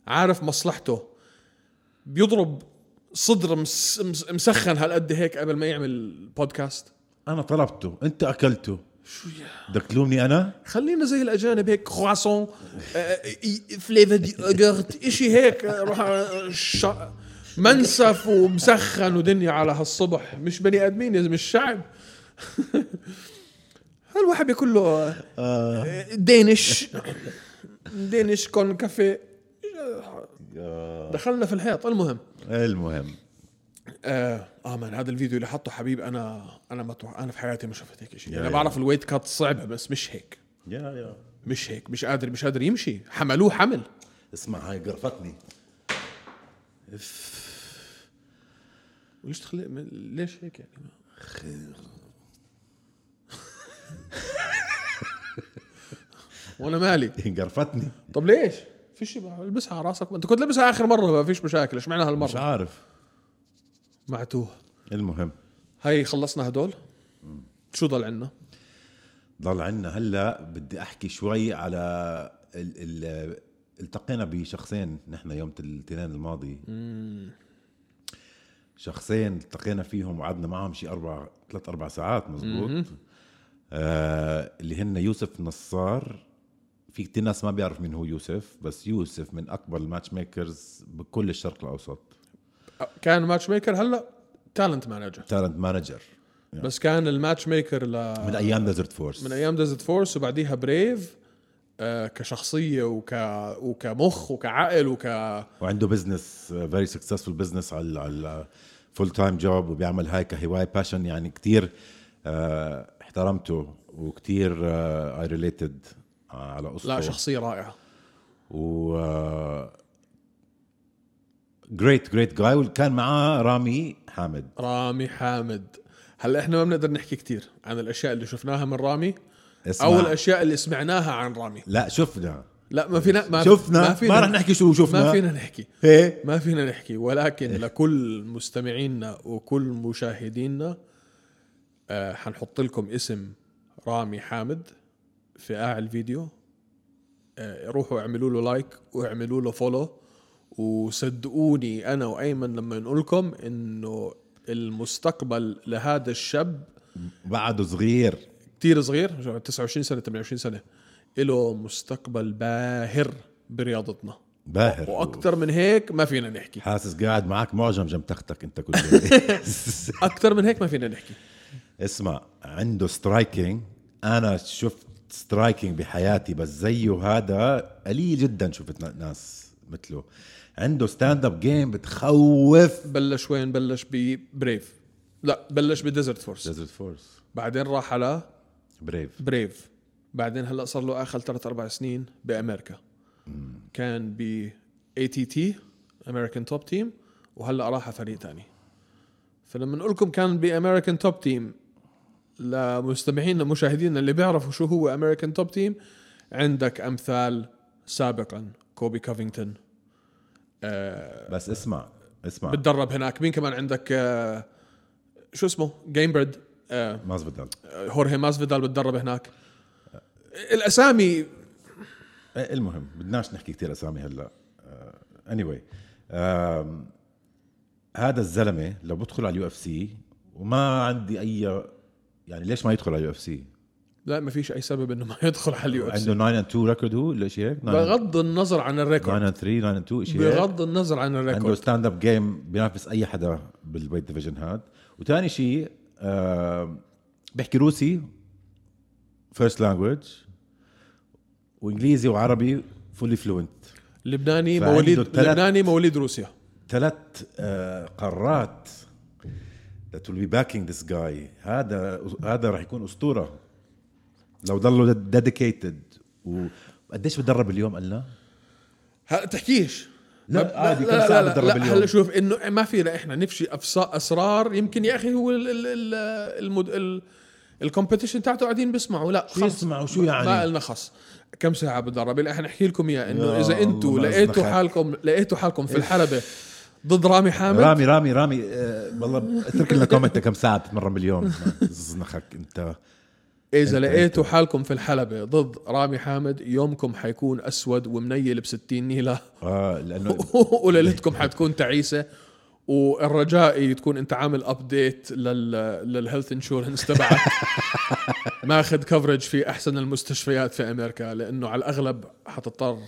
Speaker 1: عارف مصلحته بيضرب صدر مس... مس... مسخن هالقد هيك قبل ما يعمل بودكاست
Speaker 2: انا طلبته انت اكلته
Speaker 1: شو يا
Speaker 2: بدك تلومني انا
Speaker 1: خلينا زي الاجانب هيك آه، كرواسون فليفر جرت اشي هيك آه، روح آه، شا- منسف ومسخن ودنيا على هالصبح مش بني ادمين يا زلمه الشعب هالواحد بيقول له آه، دينش دينش كون كافيه دخلنا في الحيط المهم
Speaker 2: المهم
Speaker 1: اه آه، مان هذا الفيديو اللي حطه حبيب انا انا ما أتوقع- انا في حياتي ما شفت هيك شيء
Speaker 2: يا
Speaker 1: انا
Speaker 2: يا.
Speaker 1: بعرف الويت كات صعبه بس مش هيك
Speaker 2: يا يا
Speaker 1: مش هيك مش قادر مش قادر يمشي حملوه حمل
Speaker 2: اسمع هاي قرفتني
Speaker 1: ليش تخلي م- ليش هيك يعني وانا مالي
Speaker 2: قرفتني
Speaker 1: طب ليش فيش بقى، البسها على راسك انت كنت لابسها اخر مره ما فيش مشاكل اشمعنى
Speaker 2: مش
Speaker 1: هالمره
Speaker 2: عارف
Speaker 1: معتوه
Speaker 2: المهم
Speaker 1: هاي خلصنا هدول شو ضل عنا
Speaker 2: ضل عنا هلا بدي احكي شوي على ال ال التقينا بشخصين نحن يوم الاثنين الماضي شخصين التقينا فيهم وقعدنا معهم شي اربع ثلاث اربع ساعات مزبوط آه اللي هن يوسف نصار في كتير ناس ما بيعرف مين هو يوسف بس يوسف من اكبر الماتش ميكرز بكل الشرق الاوسط
Speaker 1: كان ماتش ميكر هلا تالنت مانجر
Speaker 2: تالنت مانجر
Speaker 1: بس كان الماتش ميكر ل...
Speaker 2: من ايام ديزرت فورس
Speaker 1: من ايام ديزرت فورس وبعديها بريف آه كشخصيه وك وكمخ وكعقل وك
Speaker 2: وعنده uh, بزنس فيري سكسسفول بزنس على على فول تايم جوب وبيعمل هاي كهوايه باشن يعني كثير احترمته uh, وكثير اي ريليتد uh, على قصته
Speaker 1: لا شخصيه رائعه
Speaker 2: و uh, جريت جريت جاي وكان معاه رامي حامد
Speaker 1: رامي حامد هلا احنا ما بنقدر نحكي كثير عن الاشياء اللي شفناها من رامي
Speaker 2: اسمع.
Speaker 1: او الاشياء اللي سمعناها عن رامي
Speaker 2: لا شفنا
Speaker 1: لا ما فينا ما
Speaker 2: شفنا
Speaker 1: ما,
Speaker 2: ما,
Speaker 1: فينا
Speaker 2: رح نحكي شو شفنا
Speaker 1: ما فينا نحكي
Speaker 2: ايه
Speaker 1: ما فينا نحكي ولكن لكل مستمعينا وكل مشاهدينا آه حنحط لكم اسم رامي حامد في قاع الفيديو آه روحوا اعملوا له لايك واعملوا له فولو وصدقوني انا وايمن لما نقول لكم انه المستقبل لهذا الشاب
Speaker 2: بعده صغير
Speaker 1: كتير صغير 29 سنه 28 سنه له مستقبل باهر برياضتنا
Speaker 2: باهر
Speaker 1: واكثر من هيك ما فينا نحكي
Speaker 2: حاسس قاعد معك معجم جمتختك انت كل شوي.
Speaker 1: اكثر من هيك ما فينا نحكي
Speaker 2: اسمع عنده سترايكينج انا شفت سترايكينج بحياتي بس زيه هذا قليل جدا شفت نا- ناس مثله عنده ستاند اب جيم بتخوف
Speaker 1: بلش وين بلش ببريف لا بلش بديزرت فورس
Speaker 2: ديزرت فورس
Speaker 1: بعدين راح على
Speaker 2: بريف
Speaker 1: بريف بعدين هلا صار له اخر ثلاث اربع سنين بامريكا كان ب اي تي تي امريكان توب تيم وهلا راح على فريق ثاني فلما نقول لكم كان بامريكان توب تيم لمستمعينا مشاهدينا اللي بيعرفوا شو هو امريكان توب تيم عندك امثال سابقا كوبي كوفينغتون آه،
Speaker 2: بس اسمع اسمع
Speaker 1: بتدرب هناك مين كمان عندك آه، شو اسمه جيمبرد آه،
Speaker 2: ما بدل
Speaker 1: هورهي ماسفيدال بتدرب هناك الاسامي
Speaker 2: إيه، المهم بدناش نحكي كتير آه، اسامي هلا اني anyway. آم، هذا الزلمه لو بدخل على اليو اف سي وما عندي اي يعني ليش ما يدخل على اليو اف سي؟
Speaker 1: لا ما فيش اي سبب انه ما يدخل على اليو اف
Speaker 2: عنده
Speaker 1: سي
Speaker 2: 9 اند 2 ريكورد هو ولا شيء هيك؟ 9
Speaker 1: بغض النظر عن الريكورد
Speaker 2: اند 3 9 اند 2 شيء هيك
Speaker 1: بغض النظر عن
Speaker 2: عنده
Speaker 1: الريكورد
Speaker 2: ستاند اب جيم بينافس اي حدا بالويت ديفيجن هاد وثاني شيء آه بيحكي روسي فيرست لانجويج وانجليزي وعربي فولي فلوينت
Speaker 1: لبناني
Speaker 2: فعنده
Speaker 1: مواليد
Speaker 2: تلات-
Speaker 1: لبناني مواليد روسيا
Speaker 2: ثلاث آه قارات that will be backing this guy هذا هذا راح يكون اسطوره لو ضلوا ديديكيتد وقديش بتدرب اليوم قلنا؟
Speaker 1: ه- تحكيش
Speaker 2: لا،
Speaker 1: ما-
Speaker 2: عادي، كم ساعة بتدرب
Speaker 1: لا
Speaker 2: اليوم؟
Speaker 1: هلا شوف انه ما فينا احنا نفشي أفصا- اسرار يمكن يا اخي هو ال- ال- ال- المد- ال- الكومبيتيشن تاعته قاعدين بيسمعوا لا
Speaker 2: شو يسمعوا؟ شو يعني؟
Speaker 1: ما لنا خص كم ساعه بدرب لا احنا نحكي لكم اياه انه
Speaker 2: يا
Speaker 1: اذا انتم
Speaker 2: الله، ما
Speaker 1: لقيتوا
Speaker 2: أزنخك.
Speaker 1: حالكم لقيتوا حالكم في الحلبه ضد رامي حامد
Speaker 2: رامي رامي رامي آه والله اترك لنا كومنت كم ساعه بتتمرن باليوم زنخك انت
Speaker 1: اذا
Speaker 2: أنت-
Speaker 1: لقيتوا حالكم في الحلبه ضد رامي حامد يومكم حيكون اسود ومنيل ب 60 نيله
Speaker 2: اه لانه
Speaker 1: وليلتكم حتكون تعيسه والرجائي تكون انت عامل ابديت لل للهيلث انشورنس تبعك ماخذ كفرج في احسن المستشفيات في امريكا لانه على الاغلب حتضطر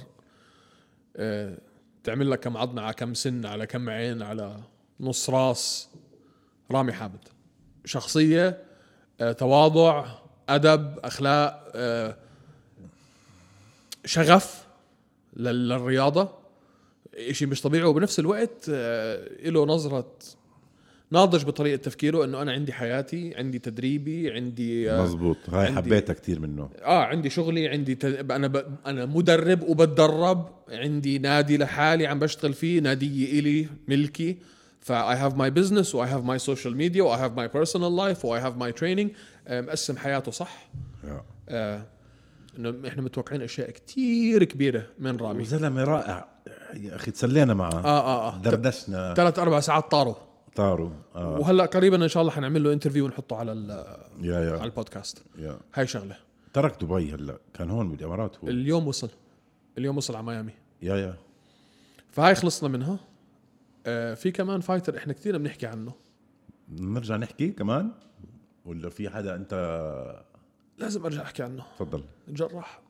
Speaker 1: آه، تعمل لك كم عظمه على كم سن على كم عين على نص راس رامي حامد شخصيه آه، تواضع ادب اخلاق آه، شغف لل- للرياضه شيء مش طبيعي وبنفس الوقت آه، له نظرة ناضج بطريقة تفكيره انه انا عندي حياتي عندي تدريبي عندي آه
Speaker 2: مزبوط هاي
Speaker 1: عندي-
Speaker 2: حبيتها كثير منه
Speaker 1: اه عندي شغلي عندي تد... انا ب... انا مدرب وبتدرب عندي نادي لحالي عم بشتغل فيه نادي الي ملكي فاي هاف ماي بزنس واي هاف ماي سوشيال ميديا واي هاف ماي بيرسونال لايف واي هاف ماي تريننج مقسم حياته صح
Speaker 2: آه.
Speaker 1: آه انه احنا متوقعين اشياء كتير كبيره من رامي
Speaker 2: زلمه رائع يا اخي تسلينا معه
Speaker 1: اه اه اه
Speaker 2: دردشنا
Speaker 1: ثلاث اربع ساعات طاروا
Speaker 2: طاروا اه
Speaker 1: وهلا قريبا ان شاء الله حنعمل له انترفيو ونحطه على ال-
Speaker 2: يا
Speaker 1: على
Speaker 2: يا
Speaker 1: البودكاست
Speaker 2: يا
Speaker 1: هاي شغله
Speaker 2: ترك دبي هلا كان هون بالامارات هو
Speaker 1: اليوم وصل اليوم وصل على ميامي
Speaker 2: يا يا
Speaker 1: فهاي خلصنا منها آه في كمان فايتر احنا كثير بنحكي عنه
Speaker 2: نرجع نحكي كمان ولا في حدا انت
Speaker 1: لازم ارجع احكي عنه
Speaker 2: تفضل
Speaker 1: جراح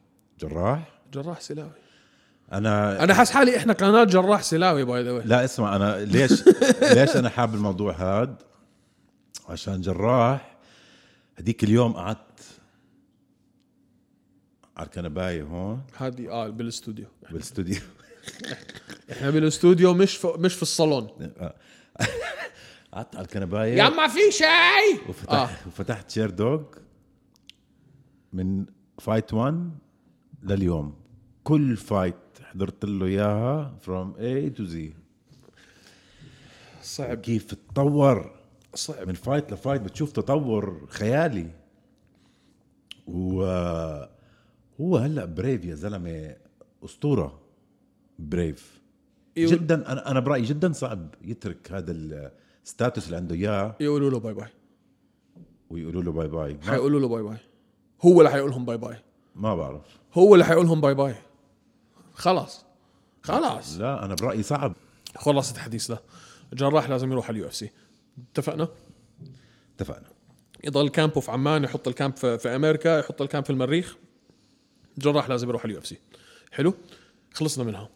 Speaker 2: جراح
Speaker 1: جراح سلاوي
Speaker 2: انا
Speaker 1: انا حاس حالي احنا قناه جراح سلاوي باي ذا
Speaker 2: لا اسمع انا ليش ليش انا حابب الموضوع هاد عشان جراح هديك اليوم قعدت على الكنبايه هون
Speaker 1: هذه اه بالاستوديو
Speaker 2: بالاستوديو
Speaker 1: احنا بالاستوديو مش في مش في الصالون
Speaker 2: قعدت على الكنبايه
Speaker 1: يا ما في شيء
Speaker 2: وفتحت
Speaker 1: آه.
Speaker 2: آه. وفتحت شير دوغ من فايت 1 لليوم كل فايت حضرت له اياها فروم A تو Z
Speaker 1: صعب
Speaker 2: كيف تطور
Speaker 1: صعب
Speaker 2: من فايت لفايت بتشوف تطور خيالي و هو هلا بريف يا زلمه اسطوره بريف
Speaker 1: يقول-
Speaker 2: جدا انا انا برايي جدا صعب يترك هذا الستاتس اللي عنده اياه
Speaker 1: يقولوا له باي باي
Speaker 2: ويقولوا له باي باي ما,
Speaker 1: حيقولوا له باي باي هو اللي حيقول لهم باي باي
Speaker 2: ما بعرف
Speaker 1: هو اللي حيقول لهم باي باي خلاص خلاص
Speaker 2: لا انا برايي صعب
Speaker 1: خلصت الحديث ده جراح لازم يروح على اليو اف سي اتفقنا
Speaker 2: اتفقنا
Speaker 1: يضل كامبه في عمان يحط الكامب في, في امريكا يحط الكامب في المريخ جراح لازم يروح على اليو اف سي حلو خلصنا منها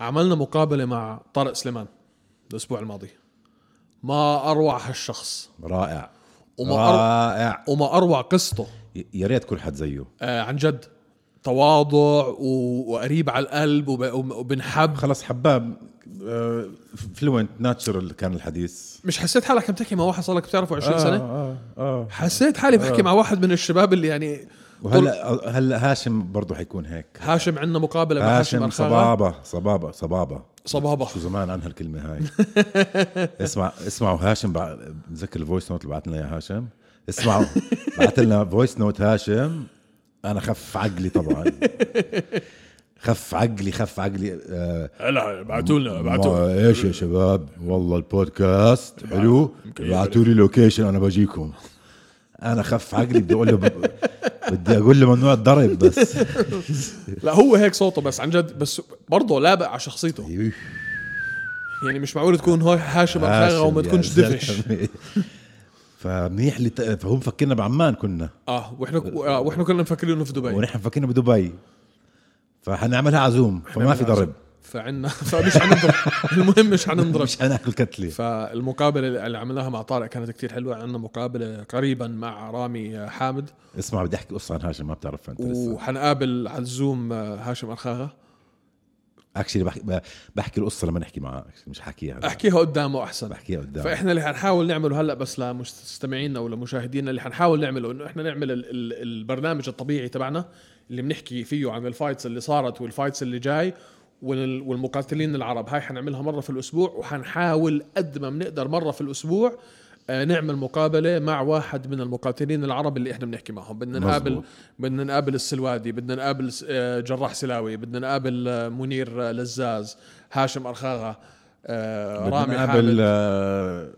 Speaker 1: عملنا مقابله مع طارق سليمان الاسبوع الماضي ما اروع هالشخص
Speaker 2: رائع
Speaker 1: وما
Speaker 2: آه. رائع
Speaker 1: وما اروع قصته
Speaker 2: ي- يا ريت كل حد زيه
Speaker 1: آه عن جد تواضع و- وقريب على القلب وب- وبنحب
Speaker 2: خلص حباب فلوينت ناتشرال كان الحديث
Speaker 1: مش حسيت حالك عم تحكي مع واحد صار لك بتعرفه 20
Speaker 2: آه
Speaker 1: سنه
Speaker 2: آه آه.
Speaker 1: حسيت حالي بحكي مع واحد من الشباب اللي يعني طول-
Speaker 2: وهلا آه، هلا هاشم برضه حيكون هيك
Speaker 1: هاشم عندنا مقابله مع هاشم,
Speaker 2: هاشم
Speaker 1: هاشم
Speaker 2: صبابه صبابه صبابه
Speaker 1: صبابة.
Speaker 2: شو زمان عن هالكلمه هاي اسمع اسمعوا هاشم بع... مذكر الفويس نوت اللي بعت لنا يا هاشم اسمعوا بعت لنا فويس نوت هاشم انا خف عقلي طبعا خف عقلي خف عقلي آه
Speaker 1: هلا ابعتوا لنا ابعتوا
Speaker 2: ما ايش يا شباب والله البودكاست حلو ابعتوا لي لوكيشن انا بجيكم انا خف عقلي بدي اقول له ب... بدي اقول له ممنوع الضرب بس
Speaker 1: لا هو هيك صوته بس عن جد بس برضه لابق على شخصيته يعني مش معقول تكون هاي هاشم أمخاغة وما
Speaker 2: يا
Speaker 1: تكونش دفش
Speaker 2: زلمة. فمنيح اللي ت- فهو مفكرنا بعمان كنا
Speaker 1: اه واحنا آه واحنا كنا مفكرين انه في دبي
Speaker 2: ونحن مفكرنا بدبي فحنعملها عزوم فما في ضرب
Speaker 1: يعني فعنا فمش حنضرب المهم مش حنضرب
Speaker 2: مش حناكل كتله
Speaker 1: فالمقابله اللي عملناها مع طارق كانت كتير حلوه عندنا مقابله قريبا مع رامي حامد
Speaker 2: اسمع بدي احكي قصه عن هاشم ما بتعرفها انت لسه
Speaker 1: وحنقابل على الزوم آه، هاشم ارخاغه
Speaker 2: اكشلي بحكي ب- بحكي القصه لما نحكي معك مش حكيها هلا.
Speaker 1: احكيها قدامه احسن
Speaker 2: بحكيها قدام
Speaker 1: فاحنا اللي حنحاول نعمله هلا بس لمستمعينا ولمشاهدينا اللي حنحاول نعمله انه احنا نعمل ال- ال- البرنامج الطبيعي تبعنا اللي بنحكي فيه عن الفايتس اللي صارت والفايتس اللي جاي وال- والمقاتلين العرب هاي حنعملها مره في الاسبوع وحنحاول قد ما بنقدر مره في الاسبوع آه، نعمل مقابله مع واحد من المقاتلين العرب اللي احنا بنحكي معهم بدنا
Speaker 2: مظبوط.
Speaker 1: نقابل بدنا نقابل السلوادي بدنا نقابل س- آه، جراح سلاوي بدنا نقابل آه، منير آه، لزاز هاشم ارخاغه آه،
Speaker 2: بدنا
Speaker 1: رامي
Speaker 2: نقابل
Speaker 1: حامد
Speaker 2: آه،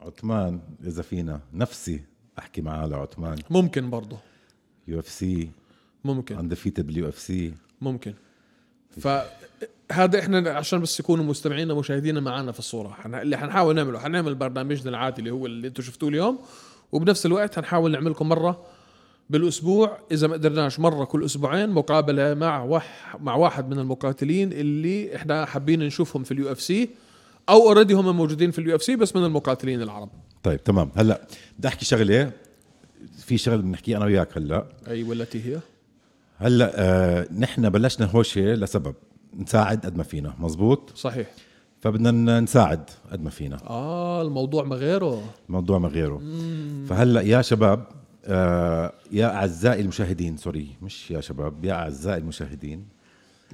Speaker 2: عثمان اذا فينا نفسي احكي معاه لعثمان
Speaker 1: ممكن برضه
Speaker 2: يو اف سي
Speaker 1: ممكن
Speaker 2: اندفيتد باليو اف سي
Speaker 1: ممكن فهذا احنا عشان بس يكونوا مستمعينا مشاهدينا معنا في الصوره حن... اللي حنحاول نعمله حنعمل برنامجنا العادي اللي هو اللي انتم شفتوه اليوم وبنفس الوقت حنحاول نعملكم مره بالاسبوع اذا ما قدرناش مره كل اسبوعين مقابله مع وح... مع واحد من المقاتلين اللي احنا حابين نشوفهم في اليو اف سي او اوريدي هم موجودين في اليو اف سي بس من المقاتلين العرب
Speaker 2: طيب تمام هلا بدي احكي شغله في شغله بنحكيها انا وياك هلا
Speaker 1: اي والتي هي
Speaker 2: هلا آه نحن بلشنا هوشه لسبب نساعد قد ما فينا مزبوط
Speaker 1: صحيح
Speaker 2: فبدنا ن- نساعد قد ما فينا
Speaker 1: اه الموضوع ما غيره
Speaker 2: الموضوع ما غيره فهلا يا شباب آه يا اعزائي المشاهدين سوري مش يا شباب يا اعزائي المشاهدين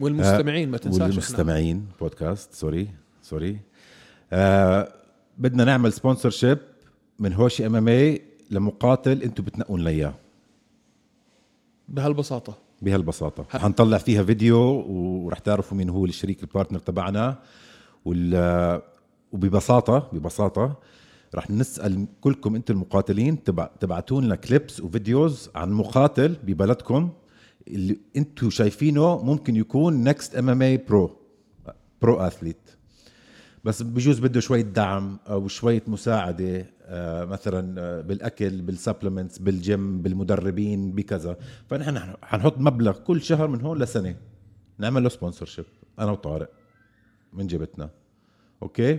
Speaker 1: والمستمعين ما تنساش احنا
Speaker 2: والمستمعين بودكاست سوري سوري آه بدنا نعمل سبونسر شيب من هوشي ام ام اي لمقاتل انتم بتنقون لي اياه
Speaker 1: بهالبساطه
Speaker 2: بهالبساطه حنطلع فيها فيديو ورح تعرفوا مين هو الشريك البارتنر تبعنا وال وببساطه ببساطه رح نسال كلكم انتم المقاتلين تبع تبعتوا لنا كليبس وفيديوز عن مقاتل ببلدكم اللي انتم شايفينه ممكن يكون نكست ام ام اي برو برو اثليت بس بجوز بده شوية دعم أو شوية مساعدة آه، مثلا آه، بالأكل بالسبلمنتس بالجيم بالمدربين بكذا فنحن حن- حنحط مبلغ كل شهر من هون لسنة نعمل له سبونسرشيب أنا وطارق من جيبتنا أوكي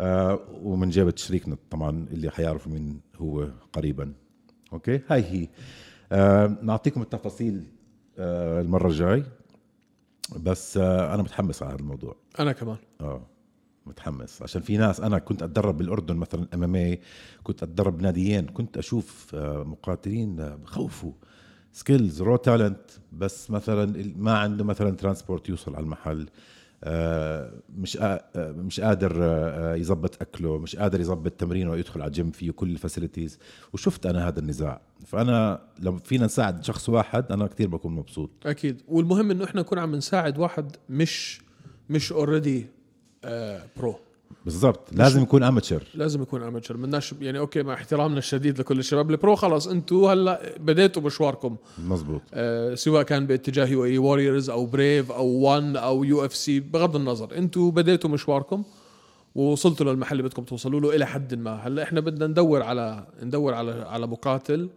Speaker 2: آه ومن جيبة شريكنا طبعا اللي حيعرفوا مين هو قريبا أوكي هاي هي آه نعطيكم التفاصيل آه المرة الجاي بس آه أنا متحمس على هذا الموضوع
Speaker 1: انا كمان
Speaker 2: اه متحمس عشان في ناس انا كنت اتدرب بالاردن مثلا ام ام إيه، كنت اتدرب بناديين كنت اشوف آه، مقاتلين آه، بخوفوا سكيلز رو تالنت بس مثلا ال- ما عنده مثلا ترانسبورت يوصل على المحل آه، مش قا- آه، مش قادر آه، آه، يظبط اكله مش قادر يظبط تمرينه ويدخل على الجيم فيه كل الفاسيلتيز وشفت انا هذا النزاع فانا لو فينا نساعد شخص واحد انا كثير بكون مبسوط
Speaker 1: اكيد والمهم انه احنا نكون عم نساعد واحد مش مش اوريدي آه برو
Speaker 2: بالضبط لازم يكون اماتشر
Speaker 1: لازم يكون اماتشر بدناش يعني اوكي مع احترامنا الشديد لكل الشباب البرو خلاص انتوا هلا بديتوا مشواركم
Speaker 2: مزبوط
Speaker 1: آه سواء كان باتجاه يو اي واريورز او بريف او وان او يو اف سي بغض النظر انتوا بديتوا مشواركم ووصلتوا للمحل اللي بدكم توصلوا له الى حد ما هلا احنا بدنا ندور على ندور على على مقاتل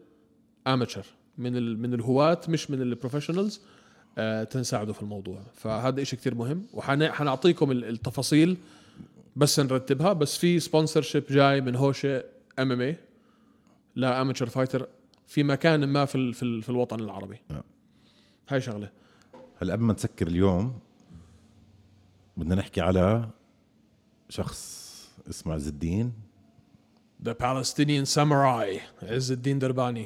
Speaker 1: اماتشر من ال... من الهواة مش من البروفيشنالز آه تنساعدوا في الموضوع فهذا إشي كتير مهم وحنعطيكم ال- التفاصيل بس نرتبها بس في سبونسرشيب جاي من هوشة ام ام اي لا اماتشر فايتر في مكان ما في ال... في, ال... في الوطن العربي
Speaker 2: نعم.
Speaker 1: هاي شغله
Speaker 2: هلا قبل ما نسكر اليوم بدنا نحكي على شخص اسمه عز الدين
Speaker 1: ذا Palestinian ساموراي عز الدين درباني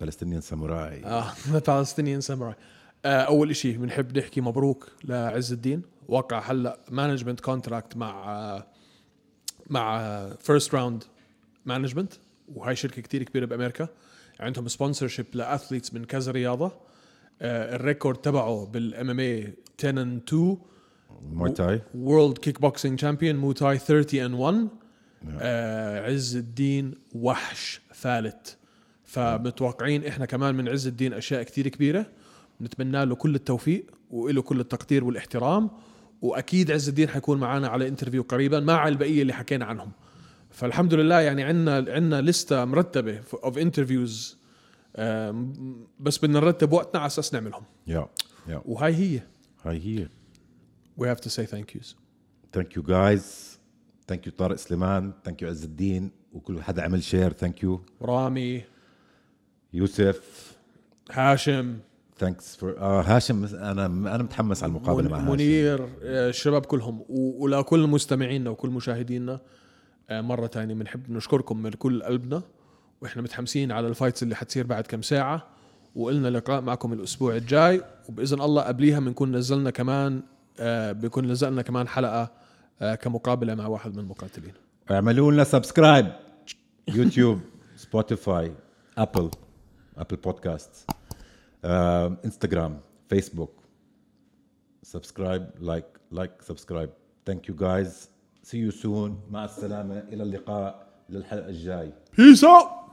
Speaker 2: فلسطينيان ساموراي
Speaker 1: اه ذا Palestinian ساموراي آه اول شيء بنحب نحكي مبروك لعز الدين وقع هلا مانجمنت كونتراكت مع آه مع آه، فيرست راوند مانجمنت وهي شركه كتير كبيره بامريكا عندهم سبونسرشيب لاثليتس من كذا رياضه آه الريكورد تبعه بالام ام اي 10 and 2
Speaker 2: مواي تاي
Speaker 1: وورلد كيك بوكسينج شامبيون موتاي 30 اند 1 آه عز الدين وحش ثالث فمتوقعين احنا كمان من عز الدين اشياء كتير كبيره نتمنى له كل التوفيق وله كل التقدير والاحترام واكيد عز الدين حيكون معنا على انترفيو قريبا مع البقيه اللي حكينا عنهم فالحمد لله يعني عندنا عندنا لسته مرتبه اوف انترفيوز آه، بس بدنا نرتب وقتنا على اساس نعملهم
Speaker 2: يا يا
Speaker 1: وهاي هي
Speaker 2: هاي هي
Speaker 1: we have to say thank yous
Speaker 2: ثانك يو جايز ثانك يو طارق سليمان ثانك يو عز الدين وكل حدا عمل شير ثانك يو
Speaker 1: رامي
Speaker 2: يوسف
Speaker 1: هاشم
Speaker 2: ثانكس فور آه هاشم انا انا متحمس على المقابله مع
Speaker 1: من-
Speaker 2: هاشم
Speaker 1: منير آه، الشباب كلهم و- ولكل مستمعينا وكل مشاهدينا آه، مرة تانية بنحب نشكركم من كل قلبنا واحنا متحمسين على الفايتس اللي حتصير بعد كم ساعة وقلنا لقاء معكم الأسبوع الجاي وبإذن الله قبليها بنكون نزلنا كمان آه، بنكون نزلنا كمان حلقة آه، كمقابلة مع واحد من المقاتلين
Speaker 2: اعملوا لنا سبسكرايب يوتيوب سبوتيفاي ابل ابل بودكاست آه، انستغرام فيسبوك سبسكرايب لايك لايك سبسكرايب ثانك يو جايز سي يو سون مع السلامه الى اللقاء للحلقه الجاي
Speaker 1: Peace out!